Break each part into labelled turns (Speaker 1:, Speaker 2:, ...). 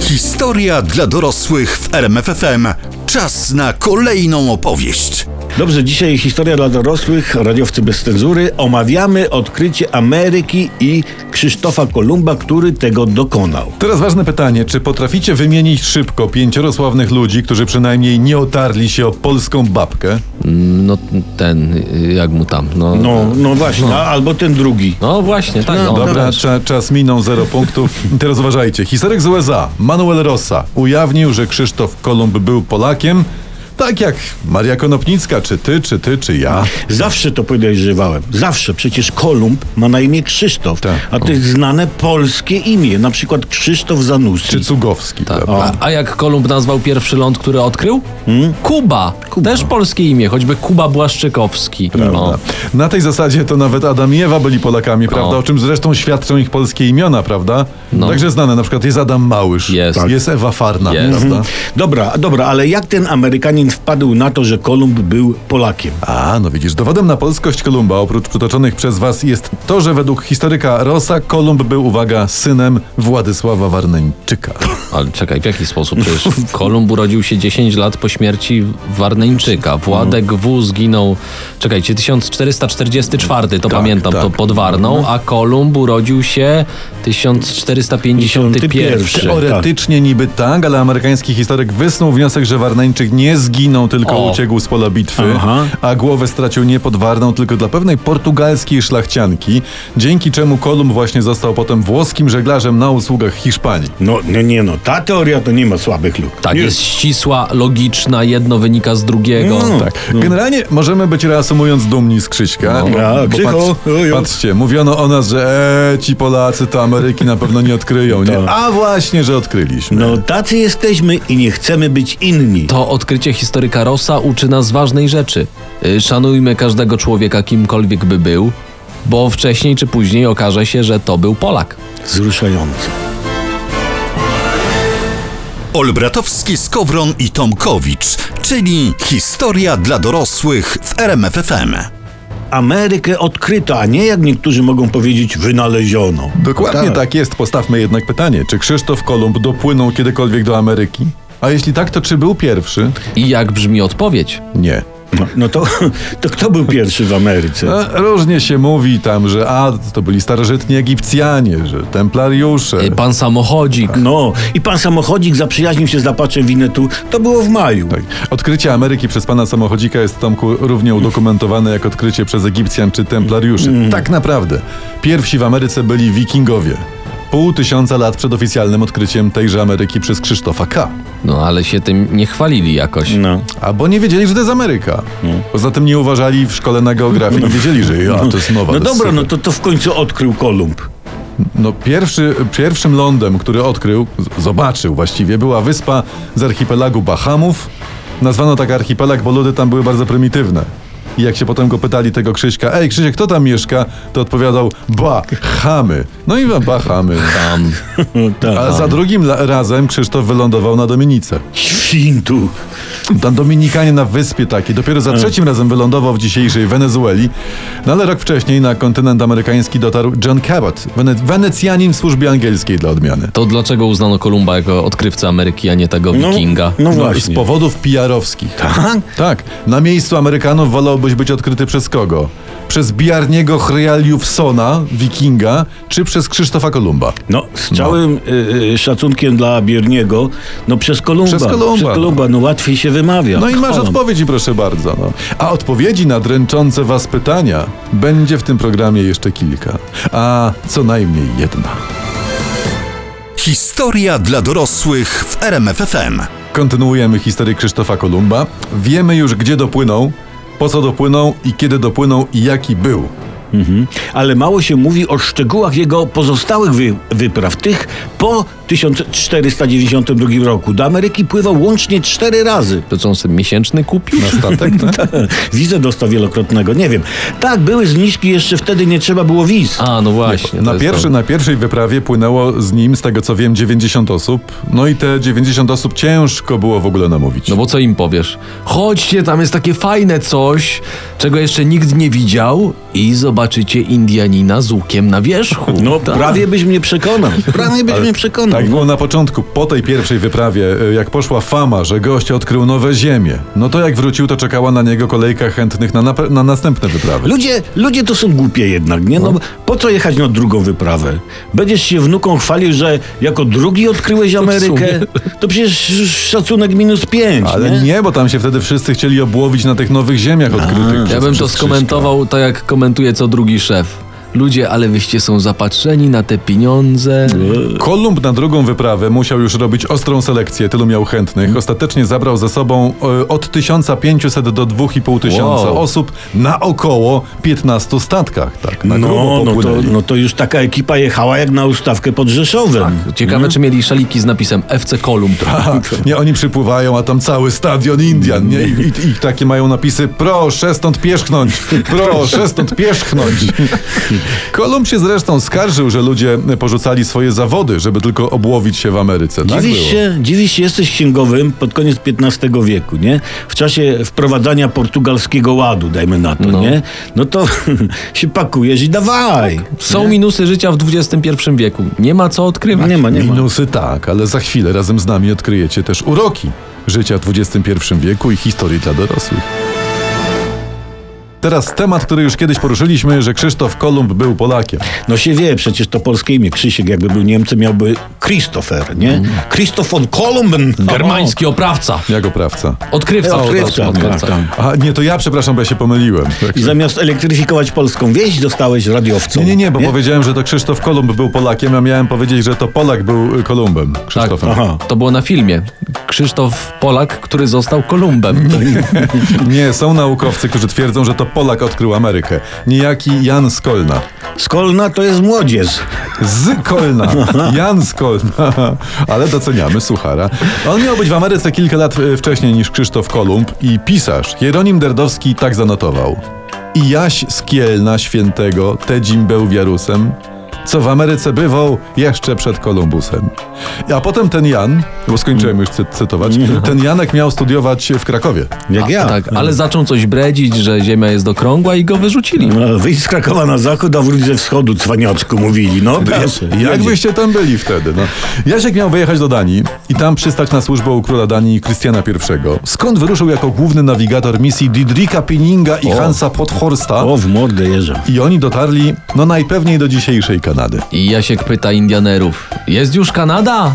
Speaker 1: Historia dla dorosłych w RMFFM. Czas na kolejną opowieść.
Speaker 2: Dobrze, dzisiaj historia dla dorosłych, radiowcy bez cenzury. Omawiamy odkrycie Ameryki i Krzysztofa Kolumba, który tego dokonał.
Speaker 3: Teraz ważne pytanie, czy potraficie wymienić szybko pięcioro sławnych ludzi, którzy przynajmniej nie otarli się o polską babkę?
Speaker 4: No ten, y, jak mu tam, no. No,
Speaker 2: No, no właśnie, a- albo ten drugi.
Speaker 4: właśnie, tak. No,
Speaker 3: Dobra,
Speaker 4: też.
Speaker 3: cza, czas minął, zero punktów. Teraz uważajcie, historyk z USA, Manuel Rossa, ujawnił, że Krzysztof Kolumb był Polakiem, tak jak Maria Konopnicka, czy ty, czy ty, czy ja.
Speaker 2: Zawsze to podejrzewałem. Zawsze. Przecież Kolumb ma na imię Krzysztof.
Speaker 3: Tak.
Speaker 2: A to jest znane polskie imię. Na przykład Krzysztof Zanussi.
Speaker 3: Czy Cugowski,
Speaker 4: Tak.
Speaker 3: prawda?
Speaker 4: A, a jak Kolumb nazwał pierwszy ląd, który odkrył? Kuba. Też polskie imię, choćby Kuba Błaszczykowski. No.
Speaker 3: Na tej zasadzie to nawet Adam i Ewa byli Polakami, prawda?
Speaker 4: No.
Speaker 3: O czym zresztą świadczą ich polskie imiona, prawda?
Speaker 4: No.
Speaker 3: Także znane, na przykład jest Adam Małysz,
Speaker 4: Jest. Tak.
Speaker 3: jest Ewa Farna,
Speaker 4: Jest. Mhm.
Speaker 3: prawda?
Speaker 2: Dobra, dobra, ale jak ten Amerykanin wpadł na to, że Kolumb był Polakiem?
Speaker 3: A, no widzisz, dowodem na polskość Kolumba, oprócz przytoczonych przez was, jest to, że według historyka Rosa Kolumb był, uwaga, synem Władysława Warneńczyka.
Speaker 4: Ale czekaj, w jaki sposób? Przecież Kolumb urodził się 10 lat po śmierci Warneńczyka. Władek W zginął, czekajcie, 1444, to
Speaker 3: Tak,
Speaker 4: pamiętam,
Speaker 3: tak.
Speaker 4: to pod Warną, a Kolumb urodził się 1451.
Speaker 3: Teoretycznie niby tak, ale amerykański historyk wysnuł wniosek, że Warneńczyk nie zginął, tylko
Speaker 4: O.
Speaker 3: uciekł z pola bitwy,
Speaker 2: Aha.
Speaker 3: a głowę stracił nie pod Warną, tylko dla pewnej portugalskiej szlachcianki, dzięki czemu Kolumb właśnie został potem włoskim żeglarzem na usługach Hiszpanii.
Speaker 2: No, no nie no, ta teoria to nie ma słabych luk.
Speaker 4: Tak,
Speaker 2: nie.
Speaker 4: jest no, ścisła, logiczna, jedno wynika z drugiego.
Speaker 2: Mm.
Speaker 3: Tak.
Speaker 2: No.
Speaker 3: Generalnie możemy być reasumując dumni z Krzyśka.
Speaker 4: No.
Speaker 3: bo-
Speaker 2: A,
Speaker 3: bo
Speaker 2: Krzychu,
Speaker 3: patrz,
Speaker 2: ojo.
Speaker 3: patrzcie, mówiono o nas, że e, ci Polacy to Ameryki na pewno nie odkryją, nie? A właśnie, że odkryliśmy.
Speaker 2: No tacy jesteśmy i nie chcemy być inni.
Speaker 4: To odkrycie historyka Rossa uczy nas ważnej rzeczy. Y, Szanujmy każdego człowieka, kimkolwiek by był, bo wcześniej czy później okaże się, że to był Polak.
Speaker 2: Wzruszające.
Speaker 1: Olbratowski, Skowron i Tomkowicz, czyli historia dla dorosłych w RMFFM.
Speaker 2: Amerykę odkryto, a nie jak niektórzy mogą powiedzieć wynaleziono.
Speaker 3: Dokładnie tak. jest. Postawmy jednak pytanie, czy Krzysztof Kolumb dopłynął kiedykolwiek do Ameryki? A jeśli tak, to czy był pierwszy?
Speaker 4: I jak brzmi odpowiedź?
Speaker 3: Nie.
Speaker 2: No,
Speaker 3: tak.
Speaker 2: no to, to kto był pierwszy w Ameryce?
Speaker 3: E, różnie się mówi tam, że a, to byli starożytni Egipcjanie, że templariusze.
Speaker 4: Y, Pan samochodzik.
Speaker 2: No i pan samochodzik zaprzyjaźnił się z Apaczem Winnetu, to było w maju.
Speaker 3: Tak. Odkrycie Ameryki przez pana samochodzika jest Tomku równie udokumentowane jak odkrycie przez Egipcjan czy Templariuszy.
Speaker 2: Mm.
Speaker 3: Tak naprawdę. Pierwsi w Ameryce byli wikingowie. Pół tysiąca lat przed oficjalnym odkryciem tejże Ameryki przez Krzysztofa K.
Speaker 4: No ale się tym nie chwalili jakoś.
Speaker 2: No.
Speaker 3: Albo nie wiedzieli, że to jest Ameryka. Poza tym nie uważali w szkole na geografii, nie wiedzieli, że ja, to jest nowa.
Speaker 2: Mm. No
Speaker 3: to jest
Speaker 2: dobra,
Speaker 3: super.
Speaker 2: no to, to w końcu odkrył Kolumb.
Speaker 3: No pierwszy, pierwszym lądem, który odkrył, z- zobaczył właściwie, była wyspa z archipelagu Bahamów. Nazwano tak archipelag, bo ludy tam były bardzo prymitywne. I jak się potem go pytali tego Krzyśka, ej Krzysiek, kto tam mieszka? To odpowiadał, Bahamy. No i Bahamy.
Speaker 4: Tam.
Speaker 2: No,
Speaker 3: A
Speaker 2: tak.
Speaker 3: za drugim la- razem Krzysztof wylądował na Dominice.
Speaker 2: Świntu.
Speaker 3: Tam Dominikanie na wyspie takiej. Dopiero za trzecim razem wylądował w dzisiejszej Wenezueli. No ale rok wcześniej na kontynent amerykański dotarł John Cabot, wene- Wenecjanin w służbie angielskiej dla odmiany.
Speaker 4: To dlaczego uznano Kolumba jako odkrywcę Ameryki, a nie tego
Speaker 2: No,
Speaker 4: wikinga?
Speaker 2: no
Speaker 3: Z
Speaker 2: właśnie.
Speaker 3: powodów PR-owskich.
Speaker 2: Tak?
Speaker 3: Tak. Na miejscu Amerykanów wolałbyś być odkryty przez kogo? Przez Biarniego Hryaliufsona, wikinga, czy przez Krzysztofa Kolumba?
Speaker 2: No, z całym y, y, szacunkiem dla Bierniego, no przez Kolumba.
Speaker 3: Przez Kolumba.
Speaker 2: Przez Kolumba, no łatwiej się wymawia.
Speaker 3: No i masz
Speaker 2: Kolumb.
Speaker 3: odpowiedzi, proszę bardzo. No. A odpowiedzi na dręczące was pytania będzie w tym programie jeszcze kilka. A co najmniej jedna.
Speaker 1: Historia dla dorosłych w RMFFM.
Speaker 3: Kontynuujemy historię Krzysztofa Kolumba. Wiemy już, gdzie dopłynął, po co dopłynął i kiedy dopłynął i jaki był.
Speaker 2: Ale mało się mówi o szczegółach jego pozostałych wy, wypraw, tych po 1492 roku. Do Ameryki pływał łącznie cztery razy.
Speaker 4: To co on sobie miesięczny kupił?
Speaker 2: No.
Speaker 3: Statek, tak?
Speaker 2: Wizę dostał wielokrotnego, nie wiem. Tak, były zniżki, jeszcze wtedy nie trzeba było wiz.
Speaker 4: A, no właśnie. to
Speaker 3: Na,
Speaker 4: jest
Speaker 3: pierwszy,
Speaker 4: to.
Speaker 3: na pierwszej wyprawie płynęło z nim, z tego co wiem, 90 osób. No i te 90 osób ciężko było w ogóle namówić.
Speaker 4: No bo co im powiesz? Chodźcie, tam jest takie fajne coś, czego jeszcze nikt nie widział i zobaczycie Indianina z łukiem na wierzchu.
Speaker 2: No,
Speaker 4: Tak.
Speaker 2: prawie byś mnie przekonał. Prawie byś mnie przekonał.
Speaker 3: Tak było na początku, po tej pierwszej wyprawie, y, jak poszła fama, że gość odkrył nowe ziemie. No to jak wrócił, to czekała na niego kolejka chętnych na, nap- na następne wyprawy.
Speaker 2: Ludzie, ludzie to są głupie jednak, nie? No, po co jechać na drugą wyprawę? Będziesz się wnuką chwalił, że jako drugi odkryłeś Amerykę? To przecież szacunek minus pięć,
Speaker 3: Ale
Speaker 2: nie?
Speaker 3: nie? bo tam się wtedy wszyscy chcieli obłowić na tych nowych ziemiach odkrytych.
Speaker 4: Ja
Speaker 3: przez-
Speaker 4: bym to
Speaker 3: przez Krzyśka.
Speaker 4: skomentował tak, jak komentuje co drugi szef. Ludzie, ale wyście są zapatrzeni na te pieniądze.
Speaker 3: Kolumb na drugą wyprawę musiał już robić ostrą selekcję, tylu miał chętnych. Ostatecznie zabrał ze sobą e, od 1500 do 2500
Speaker 4: Wow.
Speaker 3: osób na około 15 statkach. Tak, na
Speaker 2: No,
Speaker 3: grubo
Speaker 2: no to,
Speaker 3: popłynęli.
Speaker 2: no to już taka ekipa jechała jak na ustawkę pod Rzeszowem.
Speaker 3: Tak,
Speaker 4: Ciekawe, czy mieli szaliki z napisem FC Kolumb.
Speaker 3: Nie, oni przypływają, a tam cały stadion Indian, nie? I, i, i takie mają napisy, proszę stąd pierzchnąć, proszę stąd pierzchnąć. Kolumb się zresztą skarżył, że ludzie porzucali swoje zawody, żeby tylko obłowić się w Ameryce. Tak
Speaker 2: Dziwisz
Speaker 3: było.
Speaker 2: się, dziwisz się, jesteś księgowym pod koniec XV wieku, nie? W czasie wprowadzania portugalskiego ładu, dajmy na to,
Speaker 4: No.
Speaker 2: nie? No to się pakujesz i dawaj.
Speaker 3: Tak,
Speaker 4: Są minusy życia w XXI wieku. Nie ma co odkrywać.
Speaker 2: No Nie ma, nie ma.
Speaker 3: Minusy tak, ale za chwilę razem z nami odkryjecie też uroki życia w XXI wieku i historii dla dorosłych. Teraz temat, który już kiedyś poruszyliśmy, że Krzysztof Kolumb był Polakiem.
Speaker 2: No się wie, przecież to polskie imię. Krzysiek jakby był Niemcem, miałby Christopher, nie?
Speaker 3: Mm.
Speaker 2: Christoph von Kolumben.
Speaker 4: Germański oprawca.
Speaker 3: Jako prawca.
Speaker 4: Odkrywca.
Speaker 2: Odkrywca,
Speaker 4: przepraszam,
Speaker 2: tak, tak.
Speaker 3: A nie, to ja przepraszam, bo ja się pomyliłem. Tak.
Speaker 2: I zamiast elektryfikować polską wieś, dostałeś radiowcą.
Speaker 3: Nie, nie, nie, bo powiedziałem, że to Krzysztof Kolumb był Polakiem, a miałem powiedzieć, że to Polak był y, Kolumbem. Krzysztofem.
Speaker 2: Tak, Aha.
Speaker 4: To było na filmie. Krzysztof Polak, który został Kolumbem.
Speaker 3: Nie, są naukowcy, którzy twierdzą, że to Polak odkrył Amerykę. Niejaki Jan z Kolna.
Speaker 2: Skolna to jest młodzież.
Speaker 3: Z Kolna. Jan z Kolna. Ale doceniamy suchara. On miał być w Ameryce kilka lat y, wcześniej niż Krzysztof Kolumb i pisarz Hieronim Derdowski tak zanotował. I Jaś z Kielna Świętego Tedzim był wiarusem, co w Ameryce bywał jeszcze przed Kolumbusem. A potem ten Jan, bo skończyłem już cy- cytować, ten Janek miał studiować w Krakowie.
Speaker 2: Jak ja.
Speaker 4: Tak, ale zaczął coś bredzić, że ziemia jest okrągła i go wyrzucili.
Speaker 2: No, wyjdź z Krakowa na zachód, a wróć ze wschodu, cwaniaczku, mówili. No, bierze,
Speaker 3: Jak
Speaker 2: jedzie.
Speaker 3: byście tam byli wtedy? No. Jasiek miał wyjechać do Danii i tam przystać na służbę u króla Danii Krystiana I, skąd wyruszył jako główny nawigator misji Didrika Pinninga i Hansa Podhorsta
Speaker 2: O, w mordę jeża.
Speaker 3: i oni dotarli, no najpewniej do dzisiejszej Kanady.
Speaker 4: I Jasiek pyta Indianerów: Jest już Kanada?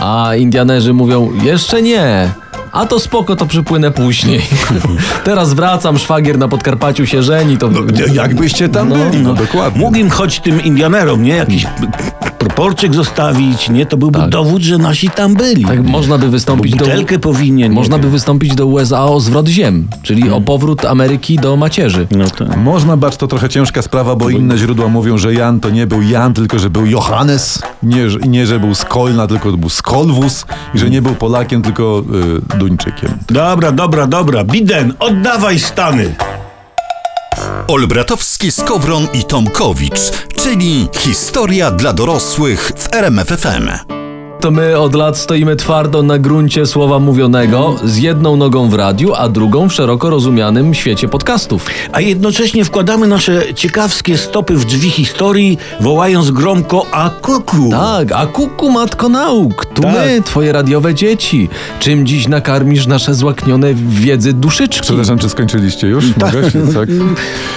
Speaker 4: A Indianerzy mówią: Jeszcze nie. A to spoko, to przypłynę później. Teraz wracam, szwagier na Podkarpaciu się żeni,
Speaker 2: No
Speaker 4: to.
Speaker 3: Jakbyście tam byli, no, dokładnie.
Speaker 2: Mógł im choć tym Indianerom, nie? Jakiś
Speaker 4: Mm.
Speaker 2: proporczyk zostawić, nie? To byłby dowód, że nasi tam byli.
Speaker 4: Tak, można by
Speaker 2: Bo
Speaker 4: wystąpić do.
Speaker 2: butelkę powinien. nie
Speaker 4: Można by
Speaker 2: wiem.
Speaker 4: wystąpić do USA o zwrot ziem, czyli o powrót Ameryki do macierzy.
Speaker 2: No tak.
Speaker 3: Można bać, to trochę ciężka sprawa, bo inne źródła mówią, że Jan to nie był Jan, tylko że był Johannes, nie, że- nie że był z Kolna, tylko był z Kolwus i że nie był Polakiem, tylko y, Duńczykiem.
Speaker 2: Dobra, dobra, dobra. Biden, oddawaj Stany.
Speaker 1: Olbratowski, Skowron i Tomkowicz, czyli historia dla dorosłych w RMFFM.
Speaker 4: To my od lat stoimy twardo na gruncie słowa mówionego, z jedną nogą w radiu, a drugą w szeroko rozumianym świecie podcastów.
Speaker 2: A jednocześnie wkładamy nasze ciekawskie stopy w drzwi historii, wołając gromko a kuku.
Speaker 4: Tak, a kuku matko nauk, tu
Speaker 2: Tak.
Speaker 4: my, twoje radiowe dzieci. Czym dziś nakarmisz nasze złaknione wiedzy duszyczki?
Speaker 3: Przepraszam, czy skończyliście już? Mogę? Tak.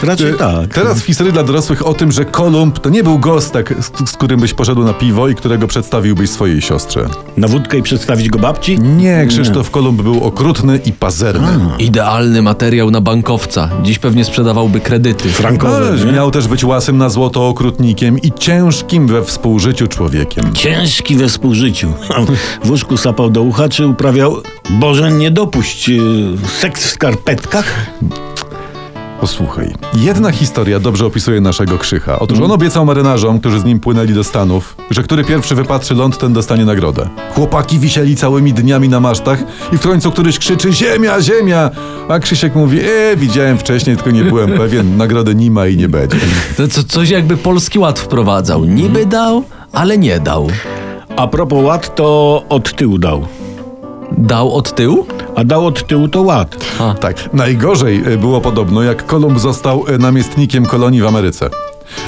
Speaker 2: Raczej
Speaker 4: Y-
Speaker 3: E,
Speaker 2: tak.
Speaker 3: Teraz w historii dla dorosłych o tym, że Kolumb to nie był gostek, z, z którym byś poszedł na piwo i którego przedstawiłbyś swojej siostrze.
Speaker 2: Na wódkę i przedstawić go babci?
Speaker 3: Nie, Krzysztof Kolumb był okrutny i pazerny.
Speaker 4: Idealny materiał na bankowca. Dziś pewnie sprzedawałby kredyty.
Speaker 2: Frankowe,
Speaker 3: Ależ
Speaker 2: nie?
Speaker 3: miał też być łasym na złoto okrutnikiem i ciężkim we współżyciu człowiekiem.
Speaker 2: Ciężki we współżyciu. W łóżku sapał do ucha, czy y, uprawiał Boże, nie dopuść yy, seks w skarpetkach?
Speaker 3: Posłuchaj. Jedna historia dobrze opisuje naszego Krzycha. Otóż on obiecał marynarzom, którzy z nim płynęli do Stanów, że który pierwszy wypatrzy ląd, ten dostanie nagrodę. Chłopaki wisieli całymi dniami na masztach i w końcu któryś krzyczy ziemia, ziemia! A Krzysiek mówi, e, widziałem wcześniej, tylko nie byłem pewien, nagrody nie ma i nie będzie.
Speaker 4: To No co, coś jakby polski ład wprowadzał. Niby dał, ale nie dał.
Speaker 2: A propos ład, to od tyłu dał.
Speaker 4: Dał od tyłu?
Speaker 2: A dał od tyłu to ład.
Speaker 3: Tak, najgorzej y, było podobno, jak Kolumb został y, namiestnikiem kolonii w Ameryce.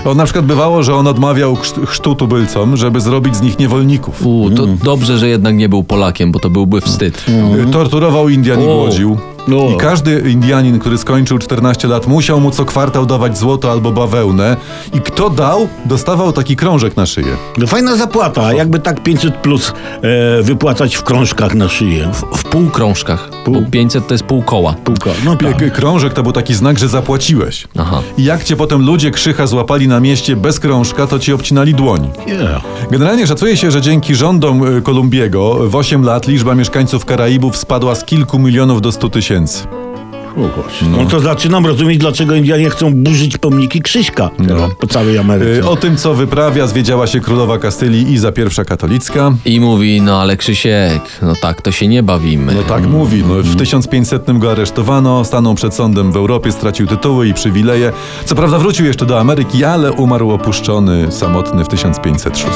Speaker 3: On na przykład bywało, że on odmawiał chrzt- chrztu tubylcom, żeby zrobić z nich niewolników.
Speaker 4: U, to dobrze, że jednak nie był Polakiem, bo to byłby wstyd.
Speaker 3: Y, Torturował Indian i
Speaker 4: O.
Speaker 3: głodził.
Speaker 2: Mhm. No.
Speaker 3: I każdy Indianin, który skończył 14 lat, musiał mu co kwartał dawać złoto albo bawełnę. I kto dał, dostawał taki krążek na szyję.
Speaker 2: No fajna zapłata, jakby tak 500 plus e, wypłacać w krążkach na szyję. W
Speaker 4: W półkrążkach. Pół. Bo 500 to jest pół koła.
Speaker 2: półka. No tak.
Speaker 3: K- Krążek to był taki znak, że zapłaciłeś.
Speaker 4: Aha.
Speaker 3: I jak cię potem ludzie krzycha złapali na mieście bez krążka, to ci obcinali dłoń.
Speaker 2: Yeah.
Speaker 3: Generalnie szacuje się, że dzięki rządom y, Kolumbiego w 8 lat liczba mieszkańców Karaibów spadła z kilku milionów do 100 tysięcy.
Speaker 2: No. to zaczynam rozumieć, dlaczego Indianie chcą burzyć pomniki Krzyśka teraz po całej Ameryce.
Speaker 3: No. Y, O tym, co wyprawia, zwiedziała się królowa Kastylii Iza I katolicka.
Speaker 4: I mówi, no ale Krzysiek, no tak to się nie bawimy.
Speaker 3: No tak mówi. No, w 1500 go aresztowano, stanął przed sądem w Europie, stracił tytuły i przywileje. Co prawda wrócił jeszcze do Ameryki, ale umarł opuszczony, samotny w 1506.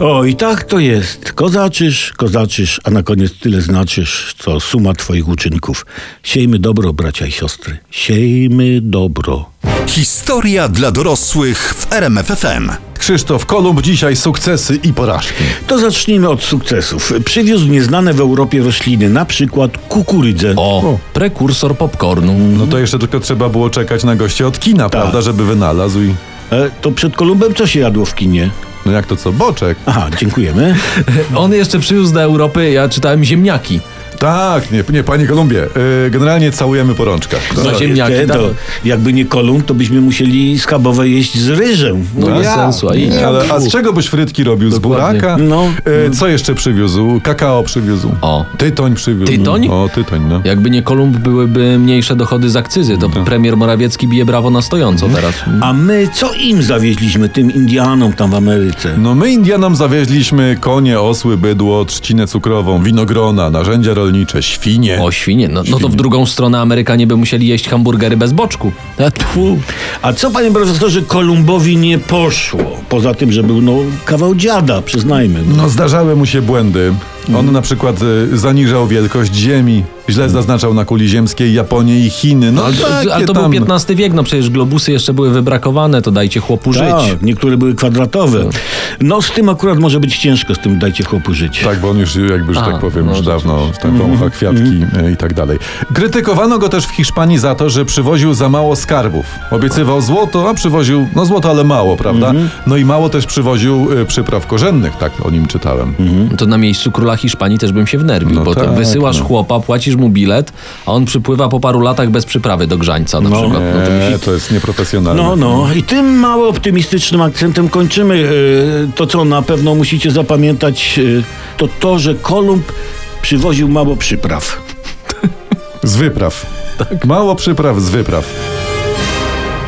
Speaker 2: O, i tak to jest. Kozaczysz, kozaczysz, a na koniec tyle znaczysz, co suma twoich uczynków. Siejmy dobro, bracia i siostry. Siejmy dobro.
Speaker 1: Historia dla dorosłych w RMFFM.
Speaker 3: Krzysztof Kolumb dzisiaj sukcesy i porażki.
Speaker 2: To zacznijmy od sukcesów. Przywiózł nieznane w Europie rośliny, na przykład kukurydzę.
Speaker 4: O, prekursor popcornu.
Speaker 3: No to jeszcze tylko trzeba było czekać na gościa od kina, prawda, żeby wynalazł i...
Speaker 2: E, to przed Kolumbem co się jadło w kinie?
Speaker 3: No jak to co, boczek?
Speaker 2: Aha, dziękujemy.
Speaker 4: No. On jeszcze przywiózł do Europy, ja czytałem ziemniaki.
Speaker 3: Tak, nie, nie panie Kolumbie, y, generalnie całujemy po rączkach.
Speaker 4: No ziemniaki,
Speaker 2: Jeszcze,
Speaker 4: tak.
Speaker 2: to, jakby nie Kolumb, to byśmy musieli schabowe jeść z ryżem.
Speaker 4: No bez sensu, a i...
Speaker 3: Ale a z czego byś frytki robił? Z
Speaker 4: Dokładnie.
Speaker 3: buraka?
Speaker 2: No.
Speaker 3: E, co jeszcze przywiózł? Kakao przywiózł.
Speaker 4: O.
Speaker 3: Tytoń przywiózł.
Speaker 4: Tytoń?
Speaker 3: O, tytoń, no.
Speaker 4: Jakby nie Kolumb, byłyby mniejsze dochody z akcyzy. To
Speaker 3: Tak.
Speaker 4: premier Morawiecki bije brawo na stojąco
Speaker 3: Mhm.
Speaker 4: teraz.
Speaker 2: A my co im zawieźliśmy, tym Indianom tam w Ameryce?
Speaker 3: No my Indianom zawieźliśmy konie, osły, bydło, trzcinę cukrową, winogrona, narzędzia rolnicze, świnie.
Speaker 4: O, świnie. No, no to w drugą stronę Amerykanie by musieli jeść hamburgery bez boczku. E, tfu.
Speaker 2: A co, panie profesorze, Kolumbowi nie poszło? Poza tym, że był no, kawał dziada, przyznajmy.
Speaker 3: No zdarzały mu się błędy.
Speaker 4: Mm.
Speaker 3: On na przykład y, zaniżał wielkość ziemi, źle zaznaczał na kuli ziemskiej Japonię i Chiny. No
Speaker 4: Ale,
Speaker 3: takie
Speaker 4: ale to
Speaker 3: tam.
Speaker 4: był XV wiek, no przecież globusy jeszcze były wybrakowane, to dajcie chłopu żyć.
Speaker 2: Tak, niektóre były kwadratowe. No z tym akurat może być ciężko, z tym dajcie chłopu żyć.
Speaker 3: Tak, bo on już jakby, że
Speaker 4: Aha,
Speaker 3: tak powiem,
Speaker 4: no
Speaker 3: już
Speaker 4: rzeczywiście.
Speaker 3: dawno tam wącha kwiatki e, i tak dalej. Krytykowano go też w Hiszpanii za to, że przywoził za mało skarbów. Obiecywał złoto, a przywoził, no złoto, ale mało, prawda? No i mało też przywoził e, przypraw korzennych, tak o nim czytałem.
Speaker 4: To na miejscu króla Hiszpanii też bym się wnerwił,
Speaker 3: No
Speaker 4: bo to
Speaker 3: tak,
Speaker 4: wysyłasz chłopa, płacisz mu bilet, a on przypływa po paru latach bez przyprawy do grzańca na
Speaker 2: No.
Speaker 4: przykład. No to
Speaker 3: Nie, E, to jest nieprofesjonalne.
Speaker 2: No, no i tym mało optymistycznym akcentem kończymy. Yy, To, co na pewno musicie zapamiętać, yy, to to, że Kolumb przywoził mało przypraw.
Speaker 3: Z wypraw. Mało przypraw z wypraw.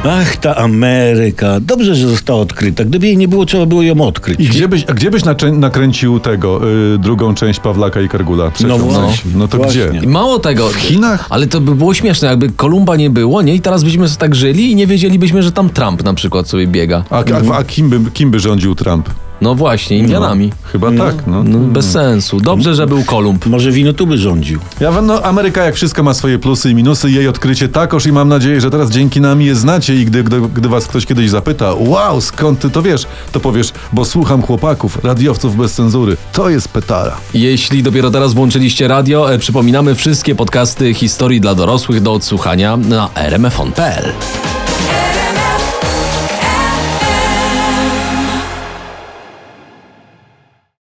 Speaker 2: Ach, ta Ameryka. Dobrze, że została odkryta. Gdyby jej nie było, trzeba było ją odkryć.
Speaker 3: I gdzie byś, a gdzie byś naczę- nakręcił tego, y, drugą część Pawlaka i Kargula? Trzecią
Speaker 2: No
Speaker 3: część.
Speaker 2: właśnie,
Speaker 3: No to
Speaker 2: właśnie.
Speaker 3: gdzie?
Speaker 4: I mało tego. W
Speaker 3: Chinach?
Speaker 4: Ale to by było śmieszne, jakby Kolumba nie było, nie? I teraz byśmy sobie tak żyli i nie wiedzielibyśmy, że tam Trump na przykład sobie biega.
Speaker 3: A, a, a kim, by, kim by rządził Trump?
Speaker 4: No właśnie, Indianami.
Speaker 3: Chyba tak, no.
Speaker 4: No, bez sensu. Dobrze, że był Kolumb.
Speaker 2: Może wino tu by rządził.
Speaker 3: Ja wam, no, Ameryka jak wszystko ma swoje plusy i minusy, jej odkrycie takoż i mam nadzieję, że teraz dzięki nam je znacie i gdy, gdy, gdy was ktoś kiedyś zapyta, wow, skąd ty to wiesz, to powiesz, bo słucham chłopaków, radiowców bez cenzury. To jest petara.
Speaker 4: Jeśli dopiero teraz włączyliście radio, e, przypominamy wszystkie podcasty historii dla dorosłych do odsłuchania na rmfon.pl.
Speaker 5: L